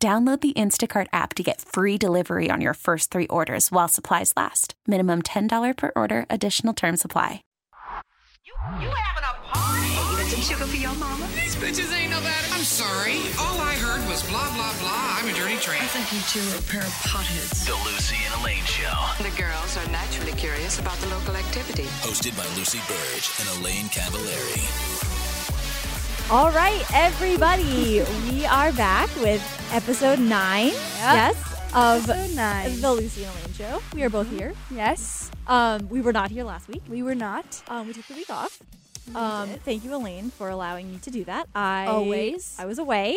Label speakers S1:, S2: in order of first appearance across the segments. S1: Download the Instacart app to get free delivery on your first three orders while supplies last. Minimum $10 per order, additional term supply.
S2: You, you having a party? Get some sugar for your mama.
S3: These bitches ain't no better.
S4: I'm sorry. All I heard was blah, blah, blah. I'm a dirty tramp.
S5: I think you two are a pair of potheads.
S6: The Lucy and Elaine Show.
S7: The girls are naturally curious about the local activity.
S6: Hosted by Lucy Burge and Elaine Cavallari.
S8: All right, everybody, we are back with episode nine. Yes, of
S9: Episode nine. Mm-hmm.
S8: the Lucy and Elaine show. We are both here.
S9: Yes,
S8: Um, we were not here last week.
S9: we were not.
S8: Um, we took the week off. Um, thank you, Elaine, for allowing me to do that. I
S9: Always.
S8: I was away.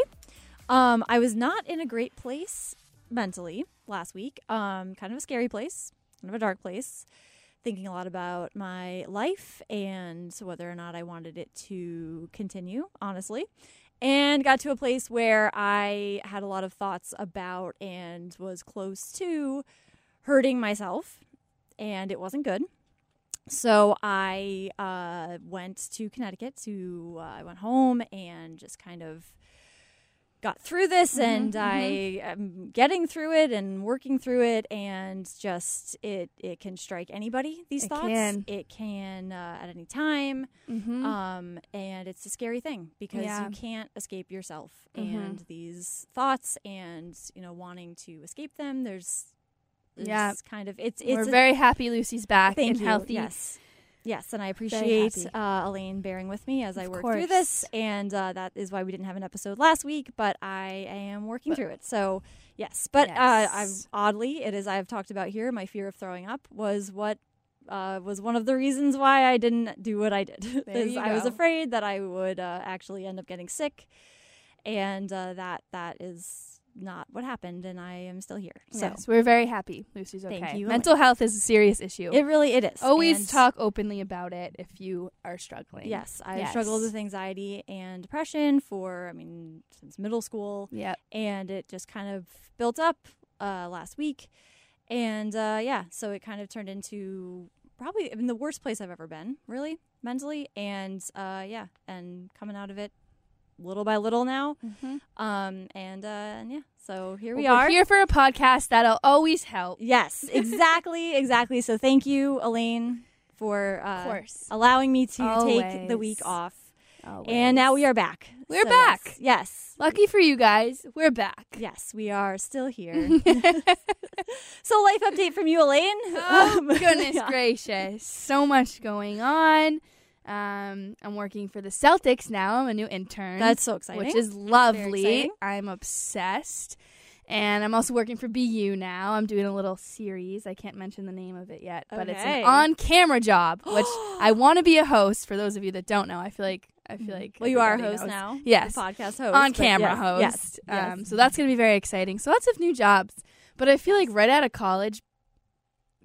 S8: Um, I was not in a great place mentally last week. Um, kind of a scary place, kind of a dark place. Thinking a lot about my life and whether or not I wanted it to continue, honestly. And got to a place where I had a lot of thoughts about and was close to hurting myself, and it wasn't good. So I uh, went to Connecticut to uh, I went home and just kind of got through this,
S9: Mm-hmm,
S8: and I am getting through it and working through it, and just it it can strike anybody. These
S9: It
S8: thoughts
S9: can.
S8: it can uh, at any time,
S9: Mm-hmm.
S8: um, and it's a scary thing because
S9: Yeah.
S8: you can't escape yourself
S9: Mhm.
S8: and these thoughts, and you know wanting to escape them. There's, there's
S9: Yeah.
S8: kind of it's it's
S9: we're
S8: a-
S9: very happy Lucy's back
S8: Thank
S9: and
S8: you.
S9: healthy.
S8: Yes. Yes, and I appreciate uh, Elaine bearing with me as I
S9: Of
S8: work
S9: course.
S8: through this, and uh, that is why we didn't have an episode last week. But I am working through it, so yes. But Uh, i
S9: Yes.
S8: oddly, it is I have talked about here. My fear of throwing up was what uh, was one of the reasons why I didn't do what I did.
S9: There
S8: Is
S9: you
S8: I was
S9: go.
S8: afraid that I would uh, actually end up getting sick, and uh, that that is not what happened, and I am still here. So
S9: Yes, we're very happy. Lucy's okay.
S8: Thank you,
S9: Mental health is a serious issue.
S8: it really it is
S9: Always
S8: and-
S9: talk openly about it if you are struggling.
S8: Yes, I
S9: Yes.
S8: struggled with anxiety and depression for, I mean, since middle school,
S9: Yep.
S8: and it just kind of built up uh, last week, and uh, yeah, so it kind of turned into probably I mean, the worst place I've ever been, really mentally, and uh, yeah, and coming out of it little by little now, um, and uh, and yeah, so here we
S9: Well, we're
S8: are.
S9: here for a podcast that'll always help.
S8: Yes, exactly, exactly. So thank you, Elaine, for uh,
S9: course.
S8: allowing me to take the week
S9: Always.
S8: off. And now we are back.
S9: We're
S8: So
S9: back.
S8: yes- Yes.
S9: Lucky for you guys, we're back.
S8: Yes, we are still here. so, life update from you, Elaine.
S9: Oh
S8: Um,
S9: goodness
S8: yeah.
S9: gracious! So much going on. Um, I'm working for the Celtics now. I'm a new intern.
S8: That's so exciting.
S9: which is lovely.
S8: exciting.
S9: I'm obsessed. And I'm also working for BU now. I'm doing a little series. I can't mention the name of it yet, but it's
S8: Okay.
S9: an on-camera job, which I want to be a host. For those of you that don't know, I feel like I feel like
S8: Mm-hmm. Well, you are a
S9: everybody
S8: host
S9: knows.
S8: now.
S9: Yes,
S8: You're a podcast host.
S9: on
S8: but
S9: camera
S8: yes,
S9: host.
S8: Yes. yes.
S9: Um, So that's going to be very exciting. So lots of new jobs. But I feel like right out of college,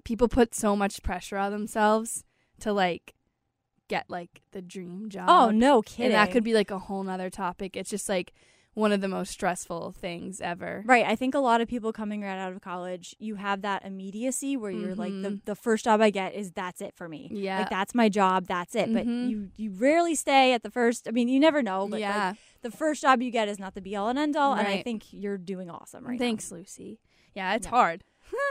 S9: people put so much pressure on themselves to like get like the dream job.
S8: oh, no kidding.
S9: And that could be like a whole nother topic. It's just like one of the most stressful things ever.
S8: Right. I think a lot of people coming right out of college, you have that immediacy where you're like the,
S9: Mhm.
S8: the first job I get is that's it for me.
S9: Yeah.
S8: Like that's my job, that's it. But
S9: Mhm.
S8: you you rarely stay at the first I mean, you never know, but like,
S9: yeah.
S8: the first job you get is not the be all and end all. And I
S9: Right.
S8: think you're doing awesome right
S9: Thanks, Lucy. Yeah, it's
S8: Yeah.
S9: hard.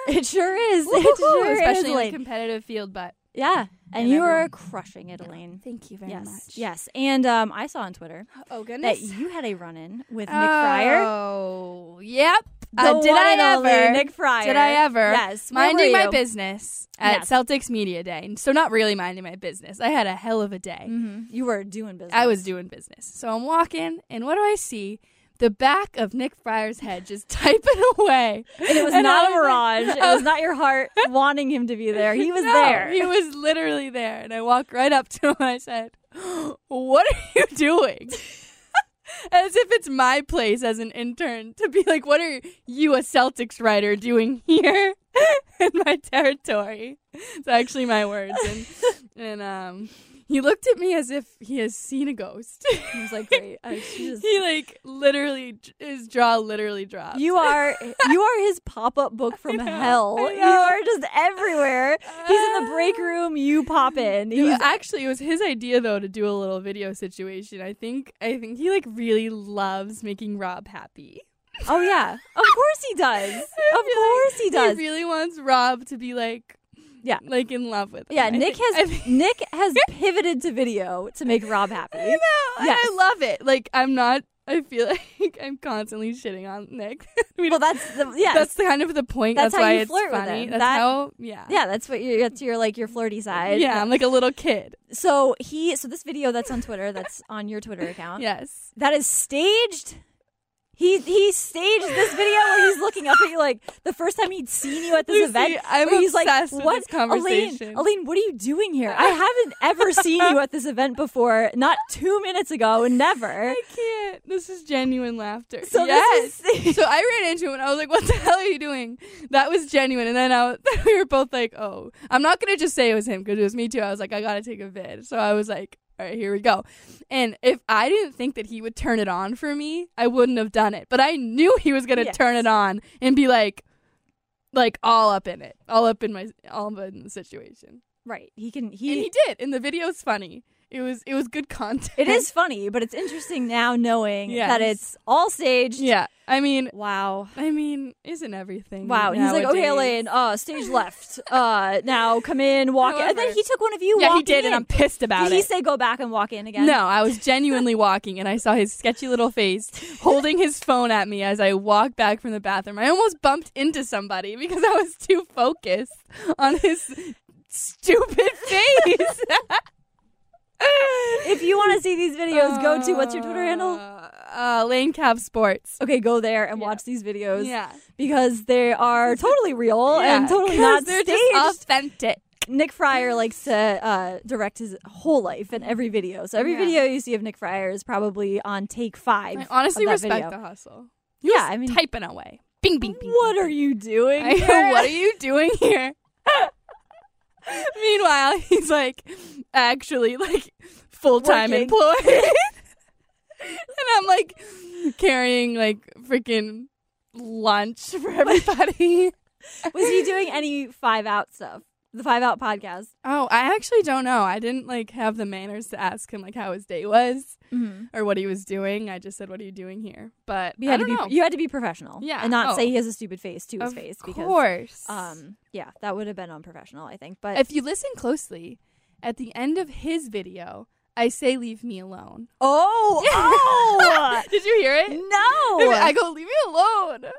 S8: now. It sure is.
S9: Woo-hoo-hoo,
S8: it sure
S9: especially
S8: is.
S9: in a
S8: Elaine.
S9: competitive field, but
S8: yeah. And
S9: and
S8: you are
S9: everyone.
S8: crushing it, Elaine.
S9: thank you very
S8: yes.
S9: much.
S8: Yes. And um, I saw on Twitter
S9: Oh
S8: that
S9: goodness.
S8: you had a run in with Nick Fryer.
S9: Oh, yep.
S8: The
S9: Uh, did
S8: one
S9: I
S8: and only
S9: ever?
S8: Nick Fryer.
S9: Did I ever?
S8: Yes. Where
S9: Minding
S8: were
S9: my
S8: you?
S9: business at
S8: Yes.
S9: Celtics Media Day. So, not really minding my business. I had a hell of a day.
S8: Mhm. You were doing business.
S9: I was doing business. So, I'm walking, and what do I see? The back of Nick Fryer's head just typing away.
S8: And it was
S9: And
S8: not
S9: I
S8: a
S9: was
S8: mirage.
S9: like-
S8: it was not your heart wanting him to be there. He was
S9: No,
S8: there.
S9: He was literally there. And I walked right up to him and I said, What are you doing? as if it's my place as an intern to be like, what are you, a Celtics writer, doing here in my territory? It's actually my words. And, and um, he looked at me as if he has seen a ghost.
S8: I was like, great. I should just-
S9: he like literally j- his jaw literally dropped.
S8: You are you are his pop up book from hell.
S9: I
S8: You
S9: know.
S8: are just everywhere. He's in the break room. Uh. You pop in.
S9: It was-
S8: He's
S9: actually, it was his idea though to do a little video situation. I think I think he like really loves making Rob happy.
S8: oh yeah, of course he does. Of course he does.
S9: He really wants Rob to be like,
S8: Yeah.
S9: like in love with.
S8: yeah,
S9: him. I
S8: Nick
S9: think- I
S8: has
S9: think-
S8: Nick has pivoted to video to make Rob happy.
S9: I know. and
S8: Yes.
S9: I love it. Like I'm not. I feel like I'm constantly shitting on Nick. We-
S8: Well, that's the yeah.
S9: that's the kind of the point.
S8: That's
S9: That's,
S8: how
S9: why
S8: you
S9: it's
S8: flirt with
S9: funny.
S8: him.
S9: That's
S8: That-
S9: how. Yeah.
S8: yeah, that's what you that's your like your flirty side.
S9: Yeah. I'm like a little kid.
S8: So he so this video that's on Twitter, that's on your Twitter account.
S9: Yes.
S8: that is staged. He he staged this video where he's looking up at you like the first time he'd seen you at this
S9: Lucy,
S8: event.
S9: I'm
S8: where he's like,
S9: obsessed with
S8: "What,
S9: this conversation."
S8: Elaine? Elaine, what are you doing here? I haven't ever seen you at this event before. Not two minutes ago, never."
S9: I can't. This is genuine laughter.
S8: So
S9: yes.
S8: this is-
S9: so I ran into him and I was like, "What the hell are you doing?" That was genuine. And then I, was- we were both like, "Oh, I'm not gonna just say it was him because it was me too." I was like, "I gotta take a vid." So I was like, "All right, here we go." And if I didn't think that he would turn it on for me, I wouldn't have done it. But I knew he was gonna
S8: Yes.
S9: turn it on and be like, like all up in it, all up in my, all up in the situation.
S8: Right? He can.
S9: And
S8: He.
S9: he did. And the video's funny. It was it was good content.
S8: it is funny, but it's interesting now knowing
S9: Yes.
S8: that it's all staged.
S9: Yeah. I mean,
S8: Wow.
S9: I mean, isn't everything?
S8: Wow. And he's like, okay,
S9: nowadays?"
S8: Elaine, uh, stage left. Uh, now come in, walk in. And then
S9: However-
S8: he took one of you
S9: Yeah, he
S8: walking
S9: did,
S8: in.
S9: and I'm pissed about
S8: Did he
S9: it.
S8: say go back and walk in again?
S9: No, I was genuinely walking, and I saw his sketchy little face holding his phone at me as I walked back from the bathroom. I almost bumped into somebody because I was too focused on his stupid face.
S8: If you want to see these videos, go to what's your Twitter handle?
S9: Uh, uh, Lane Cab Sports.
S8: Okay, go there and watch these videos.
S9: Yeah.
S8: Because they are totally real and
S9: Yeah,
S8: totally
S9: 'cause
S8: not
S9: they're
S8: staged.
S9: just authentic.
S8: Nick Fryer likes to uh, direct his whole life in every video. So every
S9: Yeah.
S8: video you see of Nick Fryer is probably on take five.
S9: I honestly
S8: of that
S9: respect
S8: video.
S9: the hustle.
S8: Yeah, I mean,
S9: Typing away. Bing, bing, bing.
S8: what are you doing?
S9: I
S8: here?
S9: know, what are you doing here? Meanwhile, he's like actually like full time
S8: Working.
S9: employed. and I'm like carrying like freaking lunch for everybody.
S8: Was he doing any five out stuff? The five out podcast.
S9: oh, I actually don't know. I didn't like have the manners to ask him like how his day was or what he was doing. I just said, What are you doing here? But
S8: You
S9: I
S8: had to
S9: don't
S8: be
S9: know.
S8: you had to be professional.
S9: Yeah.
S8: And not
S9: Oh.
S8: say he has a stupid face to his
S9: of
S8: face because
S9: course.
S8: um yeah, that would have been unprofessional, I think. But
S9: if you listen closely, at the end of his video, I say, "Leave me alone."
S8: Oh, oh
S9: Did you hear it?
S8: no!
S9: I go, "Leave me alone."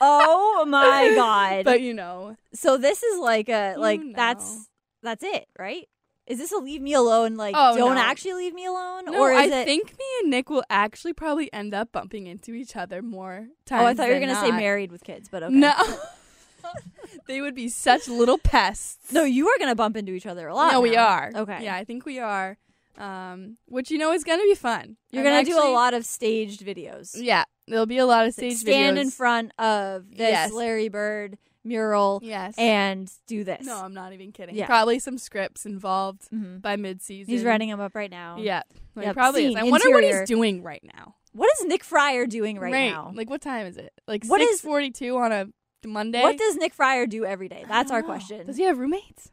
S8: oh my god!
S9: But you know,
S8: so this is like a
S9: You
S8: like
S9: know.
S8: that's that's it, right? Is this a leave me alone? Like
S9: Oh,
S8: don't
S9: no.
S8: actually leave me alone,
S9: no,
S8: or
S9: I
S8: is it?
S9: think me and Nick will actually probably end up bumping into each other more times.
S8: oh, I thought you were
S9: than
S8: gonna say
S9: not.
S8: married with kids, but okay.
S9: No, they would be such little pests.
S8: No, you are gonna bump into each other a lot.
S9: no, we
S8: now.
S9: are.
S8: Okay.
S9: yeah, I think we are. Um, which you know is gonna be fun.
S8: You're
S9: I'm
S8: gonna do a
S9: actually-
S8: lot of staged videos.
S9: Yeah, there'll be a lot of stage
S8: Stand
S9: videos.
S8: in front of this
S9: Yes.
S8: Larry Bird mural
S9: Yes.
S8: and do this.
S9: No, I'm not even kidding.
S8: Yeah.
S9: Probably some scripts involved
S8: Mhm.
S9: by mid-season.
S8: He's writing them up right now.
S9: Yeah, like,
S8: Yep.
S9: probably. is.
S8: Scene,
S9: I wonder what
S8: interior.
S9: he's doing right now.
S8: What is Nick Fryer doing right, now?
S9: Like what time is it? Like
S8: What is-
S9: six forty-two on a Monday.
S8: What does Nick Fryer do every day?
S9: I
S8: That's
S9: don't
S8: our
S9: know.
S8: question.
S9: Does he have roommates?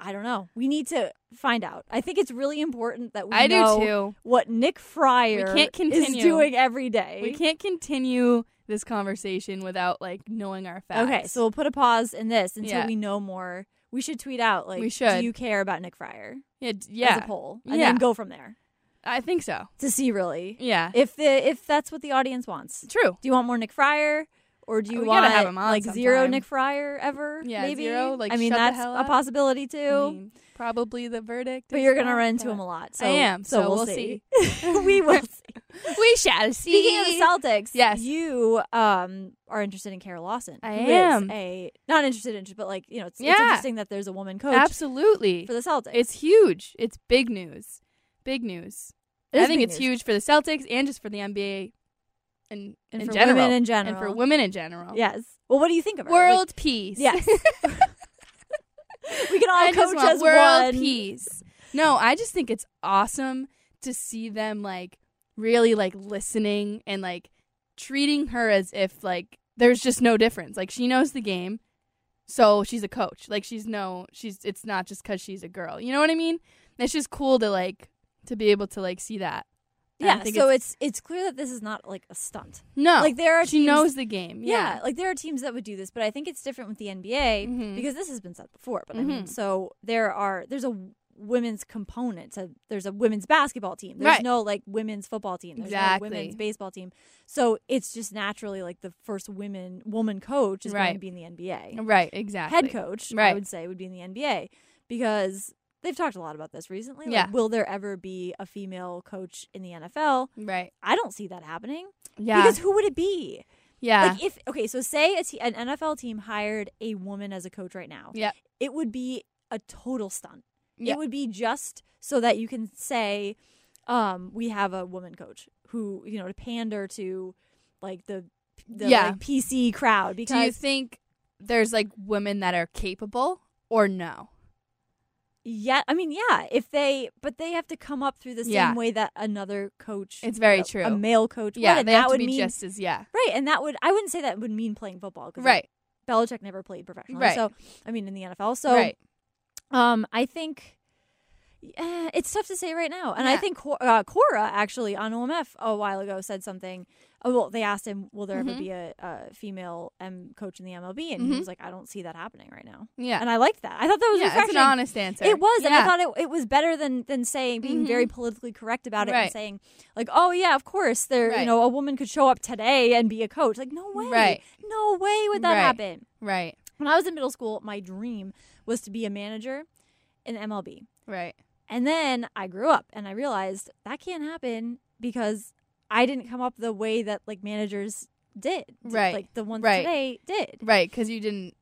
S8: I don't know. We need to find out. I think it's really important that we
S9: I do
S8: know
S9: too.
S8: what Nick Fryer
S9: We can't
S8: is
S9: continue.
S8: doing every day.
S9: We can't continue this conversation without like knowing our facts.
S8: Okay, so we'll put a pause in this until
S9: Yeah.
S8: we know more. We should tweet out like,
S9: We should.
S8: do you care about Nick Fryer
S9: yeah, d- yeah,
S8: as a poll, and
S9: Yeah.
S8: then go from there
S9: I think so.
S8: to see really
S9: Yeah,
S8: if the if that's what the audience wants.
S9: true.
S8: Do you want more Nick Fryer? Or do you
S9: We
S8: want
S9: gotta have him on
S8: like zero
S9: sometime.
S8: Nick Fryer ever?
S9: Yeah,
S8: maybe.
S9: zero, like,
S8: I mean,
S9: shut the
S8: that's
S9: hell
S8: a
S9: up.
S8: possibility too.
S9: I mean, probably the verdict.
S8: but
S9: is
S8: you're gonna
S9: not
S8: run into him
S9: that-
S8: a lot. So
S9: I am.
S8: So,
S9: so
S8: we'll,
S9: see.
S8: see. we will see.
S9: we shall see.
S8: Speaking of the Celtics,
S9: Yes.
S8: you um are interested in Kara Lawson.
S9: I
S8: who is
S9: am.
S8: a not interested in, but like you know, it's, it's
S9: Yeah.
S8: interesting that there's a woman coach
S9: absolutely,
S8: for the Celtics.
S9: it's huge. It's big news. Big news.
S8: It is
S9: I think
S8: big
S9: it's
S8: news.
S9: huge for the Celtics and just for the NBA and,
S8: And
S9: in
S8: for
S9: general.
S8: women in
S9: And for
S8: general.
S9: women in general.
S8: Yes. Well, what do you think of her? Like,
S9: World peace.
S8: yes. we can all
S9: I just
S8: coach
S9: want
S8: as
S9: world
S8: one.
S9: peace. No, I just think it's awesome to see them like really like listening and like treating her as if like there's just no difference. Like she knows the game. So she's a coach. Like she's no she's it's not just cuz she's a girl. You know what I mean? It's just cool to like to be able to like see that. And I
S8: Yeah.
S9: think
S8: So it's it's clear that this is not like a stunt.
S9: no.
S8: like, there are
S9: she
S8: teams-
S9: knows the game.
S8: Yeah.
S9: Yeah.
S8: like there are teams that would do this, but I think it's different with the NBA
S9: Mhm.
S8: because this has been said before. But I mean,
S9: Mhm.
S8: so there are there's a women's component. To, there's a women's basketball team. There's
S9: Right.
S8: no like women's football team. There's
S9: Exactly.
S8: no women's baseball team. So it's just naturally like the first women woman coach is going to
S9: Right.
S8: be in the NBA.
S9: Right, exactly.
S8: Head coach, I
S9: Right.
S8: would say, would be in the NBA because they've talked a lot about this recently. Like,
S9: Yeah.
S8: will there ever be a female coach in the NFL?
S9: Right.
S8: I don't see that happening
S9: Yeah.
S8: because who would it be?
S9: yeah.
S8: Like if okay, so say a te- an NFL team hired a woman as a coach right now.
S9: yeah.
S8: It would be a total stunt.
S9: Yeah.
S8: It would be just so that you can say um we have a woman coach who, you know, to pander to like the the
S9: Yeah.
S8: like, PC crowd because
S9: Do you think there's like women that are capable or no?
S8: yeah, I mean yeah, if they but they have to come up through the same
S9: Yeah.
S8: way that another coach
S9: It's very
S8: a-
S9: true.
S8: A male coach
S9: Yeah,
S8: would, and
S9: they
S8: that
S9: have to
S8: would
S9: be
S8: mean
S9: just as yeah.
S8: Right, and that would I wouldn't say that would mean playing football because
S9: Right.
S8: Belichick never played professionally.
S9: Right.
S8: So I mean in the NFL. So
S9: right.
S8: Um, I think uh, it's tough to say right now, and I
S9: Yeah.
S8: think Cor- uh, Cora actually on OMF a while ago said something. Oh, well, they asked him, "Will there
S9: Mm-hmm.
S8: ever be a, a female M coach in the MLB?" And he was like, "I don't see that happening right now."
S9: Yeah.
S8: and I liked that. I thought that was
S9: yeah, it's
S8: refreshing.
S9: an honest answer.
S8: It was, and I
S9: Yeah. Mm-hmm.
S8: thought it, it was better than than saying being very politically correct about it and
S9: Right.
S8: saying like, "Oh yeah, of course, there you
S9: Right.
S8: know a woman could show up today and be a coach." Like, no way,
S9: Right.
S8: No way would that
S9: Right.
S8: happen.
S9: Right.
S8: When I was in middle school, my dream was to be a manager in the MLB.
S9: Right.
S8: And then I grew up and I realized that can't happen because I didn't come up the way that like managers did.
S9: Right.
S8: Like the ones
S9: Right.
S8: today did.
S9: Right, cuz you didn't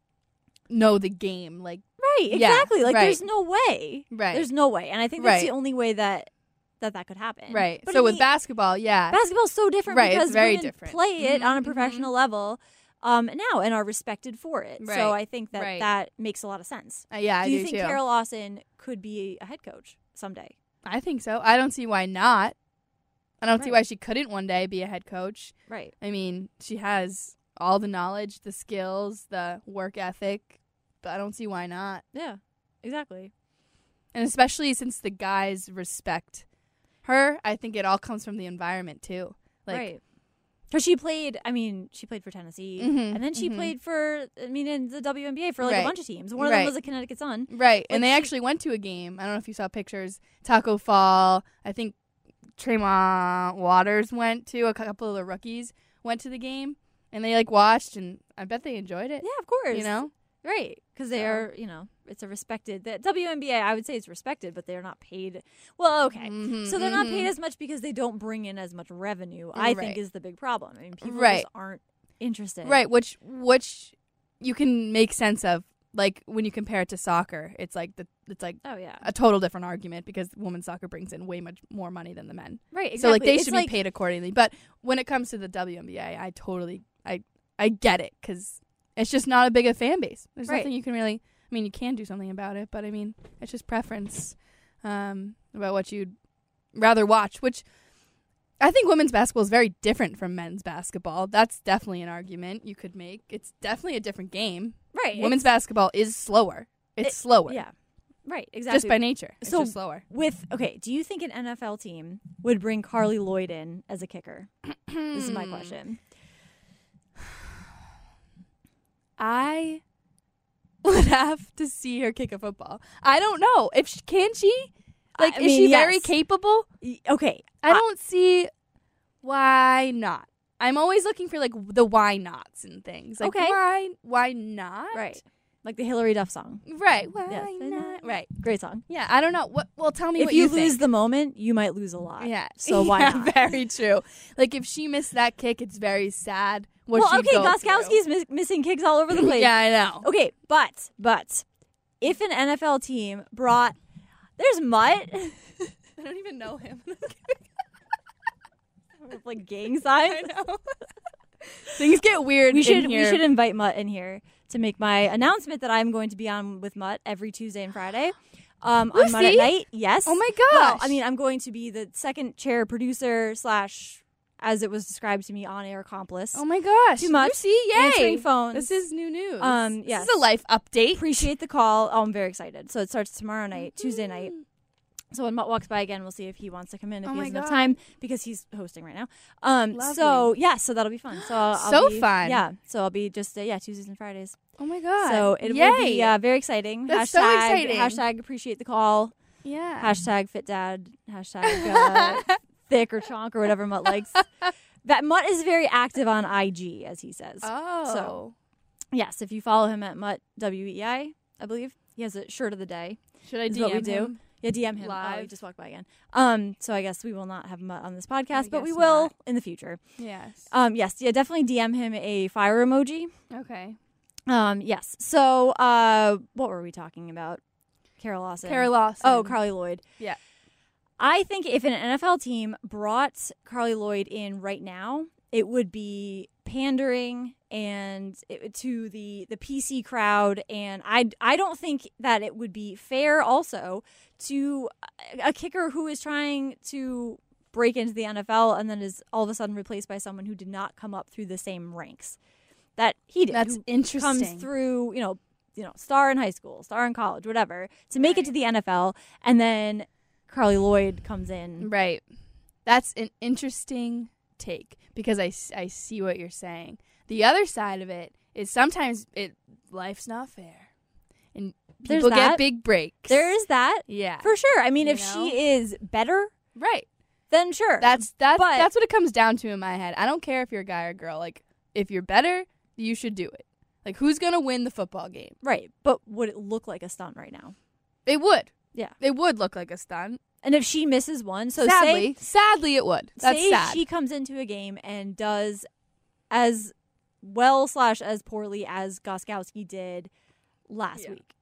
S9: know the game like
S8: Right.
S9: Yeah,
S8: Exactly. like
S9: right.
S8: there's no way.
S9: Right.
S8: There's no way. And I think that's
S9: Right.
S8: the only way that that, that could happen.
S9: right.
S8: But
S9: so
S8: in
S9: with
S8: the-
S9: basketball, yeah.
S8: basketball's so different
S9: Right, it's
S8: because
S9: very
S8: women
S9: different.
S8: play it
S9: Mhm,
S8: on a
S9: mhm.
S8: professional level um, now and are respected for it. So
S9: Right,
S8: I think that
S9: right.
S8: that makes a lot of sense.
S9: Uh, yeah, I
S8: do you
S9: do
S8: think
S9: too.
S8: Carol Lawson could be a head coach someday?
S9: I think so. I don't see why not. I don't see
S8: Right.
S9: why she couldn't one day be a head coach.
S8: Right.
S9: I mean, she has all the knowledge, the skills, the work ethic. But I don't see why not.
S8: Yeah. Exactly.
S9: and especially since the guys respect her i think it all comes from the environment too like
S8: right. Because she played, I mean, she played for Tennessee,
S9: Mhm,
S8: and then she
S9: mhm.
S8: played for, I mean, in the WNBA for like a
S9: Right.
S8: bunch of teams. One of them
S9: Right.
S8: was the Connecticut Sun.
S9: right and
S8: Like,
S9: they
S8: she-
S9: actually went to a game i don't know if you saw pictures taco fall i think tremont waters went to a couple of the rookies went to the game and they like watched and i bet they enjoyed it
S8: Yeah, of course.
S9: you know
S8: right? Because they
S9: So-
S8: are, you know, it's a respected the WNBA. I would say it's respected, but they're not paid. Well, okay,
S9: Mhm,
S8: so they're not paid
S9: mhm.
S8: as much because they don't bring in as much revenue. I think
S9: Right.
S8: is the big problem. I mean, people
S9: Right.
S8: just aren't interested.
S9: right which which you can make sense of like when you compare it to soccer it's like the it's like
S8: Oh yeah.
S9: a total different argument because women's soccer brings in way much more money than the men
S8: Right. Exactly.
S9: So like they
S8: It's
S9: should be paid accordingly. But when it comes to the WNBA, I totally I I get it because it's just not a big a fan base. There's
S8: Right.
S9: nothing you can really. I mean, you can do something about it, but I mean, it's just preference um, about what you'd rather watch. Which I think women's basketball is very different from men's basketball. That's definitely an argument you could make. It's definitely a different game.
S8: Right.
S9: Women's basketball is slower. It's
S8: It-
S9: slower.
S8: Yeah. Right. Exactly.
S9: Just by nature, it's
S8: So-
S9: just slower.
S8: with okay, do you think an NFL team would bring Carly Lloyd in as a kicker? this is my question.
S9: I would have to see her kick a football. I don't know if she, can she. Like,
S8: I
S9: is
S8: mean,
S9: she very
S8: yes.
S9: capable?
S8: Y- Okay,
S9: I don't see why not. I'm always looking for like the why nots and things. Like
S8: Okay.
S9: why why not?
S8: right, like the Hillary Duff song,
S9: Right. Why
S8: Yes.
S9: not? Right.
S8: great song.
S9: Yeah, I don't know. What well tell me
S8: if
S9: what
S8: you,
S9: you,
S8: lose
S9: think.
S8: the moment, you might lose a lot.
S9: Yeah.
S8: So why
S9: Yeah,
S8: not?
S9: Very true. Like if she missed that kick, it's very sad. What
S8: well,
S9: she'd
S8: okay,
S9: go through.
S8: Goskowski's mis- missing kicks all over the Oh, place.
S9: Yeah, I know.
S8: Okay, but but if an NFL team brought there's Mutt,
S9: I don't even know him.
S8: with, like gang signs.
S9: Things get weird.
S8: We
S9: in
S8: should we
S9: here.
S8: should invite Mutt in here to make my announcement that I'm going to be on with Mutt every Tuesday and Friday. Um, on Mutt at
S9: Lucy?
S8: night, yes.
S9: Oh my
S8: Well,
S9: gosh.
S8: I mean, I'm going to be the second chair producer slash, as it was described to me, on air accomplice.
S9: Oh my gosh.
S8: Too much.
S9: Lucy, yay.
S8: Answering phones.
S9: This is new news.
S8: Um, yes.
S9: This is a life update.
S8: Appreciate the call. Oh, I'm very excited. So it starts tomorrow night, Tuesday night. So when Mutt walks by again, we'll see if he wants to come in if
S9: Mm-hmm. Oh
S8: he has
S9: my
S8: enough
S9: God.
S8: time because he's hosting right now. Um, so
S9: Lovely.
S8: yeah, so that'll be fun. So I'll
S9: So
S8: be,
S9: fun.
S8: Yeah, so I'll be just uh, yeah Tuesdays and Fridays.
S9: Oh my god.
S8: So it
S9: yay.
S8: will be uh, very exciting.
S9: That's so
S8: hashtag,
S9: exciting. Uh.
S8: Hashtag appreciate the call.
S9: yeah.
S8: Hashtag fit dad. Hashtag uh, thick or chonk or whatever Mutt likes. That Mutt is very active on IG, as he says.
S9: oh.
S8: So- Yes, if you follow him at Mutt W E I, I believe he has a shirt of the day.
S9: should I
S8: is
S9: DM
S8: what we do.
S9: him?
S8: Yeah, DM him. Oh, he
S9: Live.
S8: just walked by again. Um, so I guess we will not have Mutt on this podcast, but we
S9: guess
S8: will
S9: not.
S8: in the future.
S9: Yes.
S8: Um, yes, yeah, definitely DM him a fire emoji.
S9: okay.
S8: Um, yes. So, uh, what were we talking about? Carol Lawson.
S9: Carol Lawson.
S8: Oh, Carly Lloyd.
S9: Yeah.
S8: I think if an NFL team brought Carly Lloyd in right now, it would be pandering and it, to the the PC crowd, and I I don't think that it would be fair also to a kicker who is trying to break into the NFL and then is all of a sudden replaced by someone who did not come up through the same ranks that he did.
S9: That's
S8: who
S9: interesting.
S8: comes through, you know, you know, star in high school, star in college, whatever, to make it to the NFL, and then Carly Lloyd comes in.
S9: Right. That's an interesting take because I, s- I see what you're saying. The other side of it is sometimes it life's not fair. And
S8: There's
S9: people
S8: that.
S9: get big breaks.
S8: There is that
S9: yeah.
S8: for sure. I mean,
S9: You
S8: if
S9: know?
S8: she is better,
S9: right.
S8: then sure.
S9: That's that's
S8: But-
S9: that's what it comes down to in my head. I don't care if you're a guy or girl. Like if you're better, you should do it. Like who's going to win the football game?
S8: right. But would it look like a stunt right now?
S9: It would.
S8: Yeah.
S9: It would look like a stunt.
S8: And if she misses one, so
S9: sadly,
S8: say,
S9: sadly it would. That's
S8: say
S9: sad.
S8: she comes into a game and does as well slash as poorly as Goskowski did last
S9: Yeah.
S8: week.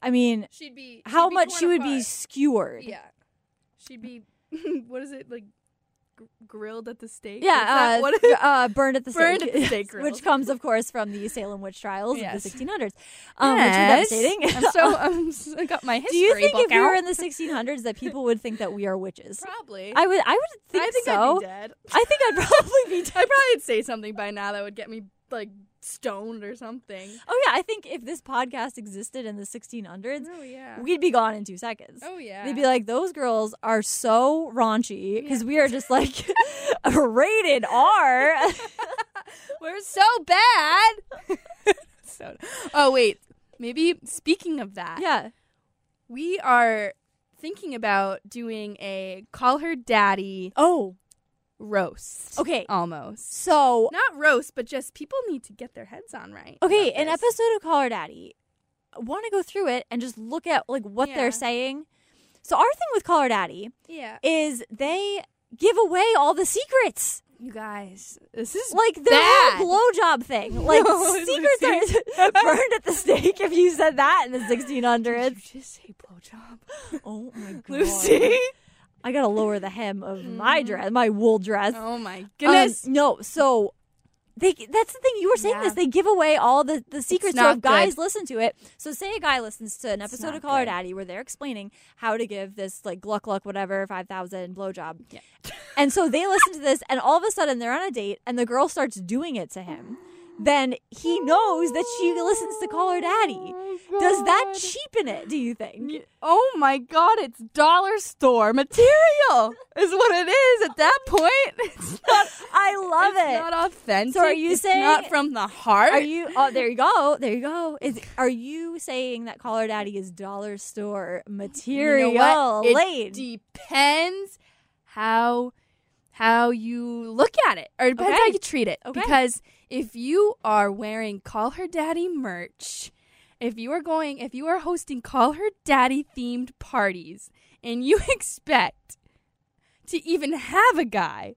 S8: I mean,
S9: she'd be
S8: how much she would be skewered.
S9: Yeah. She'd be, what is it, like gr- grilled at the stake?
S8: Yeah, uh,
S9: what
S8: th- uh, burned at the
S9: Burned
S8: stake,
S9: at the stake
S8: which
S9: grills.
S8: comes, of course, from the Salem witch trials
S9: Yes.
S8: of the 1600s, um, which are devastating. Um,
S9: I'm so, I'm s- I got my
S8: Do
S9: history
S8: you think
S9: book
S8: if we were
S9: out.
S8: in the 1600s that people would think that we are witches?
S9: Probably.
S8: I would. I would think,
S9: I think
S8: so.
S9: I'd be dead.
S8: I think I'd probably be
S9: I probably would say something by now that would get me, like, stoned or something.
S8: oh yeah, I think if this podcast existed in the 1600s,
S9: Oh, yeah.
S8: we'd be gone in two seconds.
S9: oh, yeah.
S8: They'd be like, those girls are so raunchy because we are just like rated R.
S9: we're so bad. so, oh, wait. Maybe, speaking of that.
S8: yeah.
S9: we are thinking about doing a call her daddy
S8: Oh.
S9: roast.
S8: Okay.
S9: Almost.
S8: So
S9: Not roast, but just people need to get their heads on right.
S8: Okay,
S9: about
S8: an
S9: this.
S8: episode of Call Her Daddy. I want to go through it and just look at like what
S9: Yeah.
S8: they're saying. So our thing with Call Her Daddy
S9: Yeah.
S8: is they give away all the secrets,
S9: You guys, this is
S8: like the
S9: bad.
S8: whole blowjob thing. Like
S9: No,
S8: secrets
S9: Lucy.
S8: are burned at the stake if you said that in the 1600s.
S9: Did you just say blowjob?
S8: Oh my god,
S9: Lucy?
S8: I gotta lower the hem of my dress, my wool dress.
S9: Oh my
S8: Um,
S9: goodness.
S8: no, so they that's the thing you were saying
S9: Yeah.
S8: this. They give away all the the secrets so
S9: not
S8: if guys
S9: good.
S8: listen to it. So say a guy listens to an episode
S9: not
S8: of Call Her
S9: good.
S8: Daddy where they're explaining how to give this like gluck gluck whatever five thousand blowjob. and so they listen to this and all of a sudden they're on a date and the girl starts doing it to him. Then he knows that she listens to Call Her Daddy. Does that cheapen it, do you think?
S9: oh my god, it's dollar store material is what it is at that point. It's not
S8: I love
S9: it's
S8: it.
S9: not authentic.
S8: So are you
S9: It's
S8: saying-
S9: not from the heart?
S8: Are you? Oh, there you go. There you go. Is are you saying that Caller Daddy is dollar store material
S9: You know what?
S8: lane?
S9: It depends how how you look at it, or it depends
S8: Okay.
S9: how you treat it.
S8: Okay.
S9: Because if you are wearing Call Her Daddy merch, if you are going, if you are hosting Call Her Daddy themed parties, and you expect to even have a guy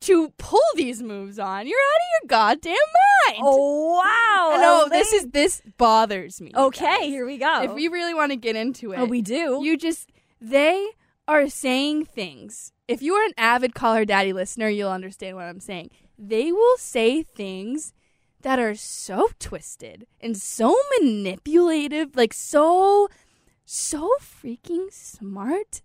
S9: to pull these moves on, you're out of your goddamn mind.
S8: oh wow!
S9: no,
S8: Elaine.
S9: this is this bothers me. you
S8: okay.
S9: guys.
S8: Here we go.
S9: If we really want to get into it,
S8: oh, we do.
S9: you just they are saying things. If you are an avid Call Her Daddy listener, you'll understand what I'm saying. They will say things that are so twisted and so manipulative, like so, so freaking smart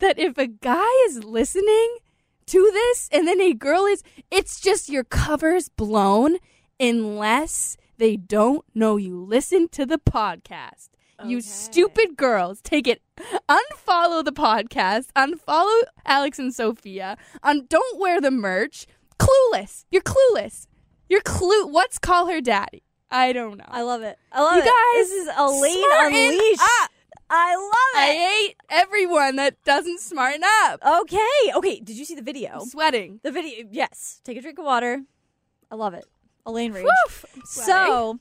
S9: that if a guy is listening to this and then a girl is, it's just your cover's blown unless they don't know you listen to the podcast. You stupid girls, take it. Unfollow the podcast. Unfollow Alex and Sophia. Um, don't wear the merch. Clueless. You're clueless. You're clue. What's call her daddy? I don't know.
S8: I love it. I love
S9: You
S8: it.
S9: guys
S8: this is Elaine
S9: smarten
S8: Unleashed.
S9: up.
S8: I love it.
S9: I
S8: Oh.
S9: hate everyone that doesn't smarten up.
S8: okay. Okay. Did you see the video?
S9: I'm sweating.
S8: The video. Yes. Take a drink of water. I love it. Elaine Rage.
S9: Woof. I'm sweating.
S8: So,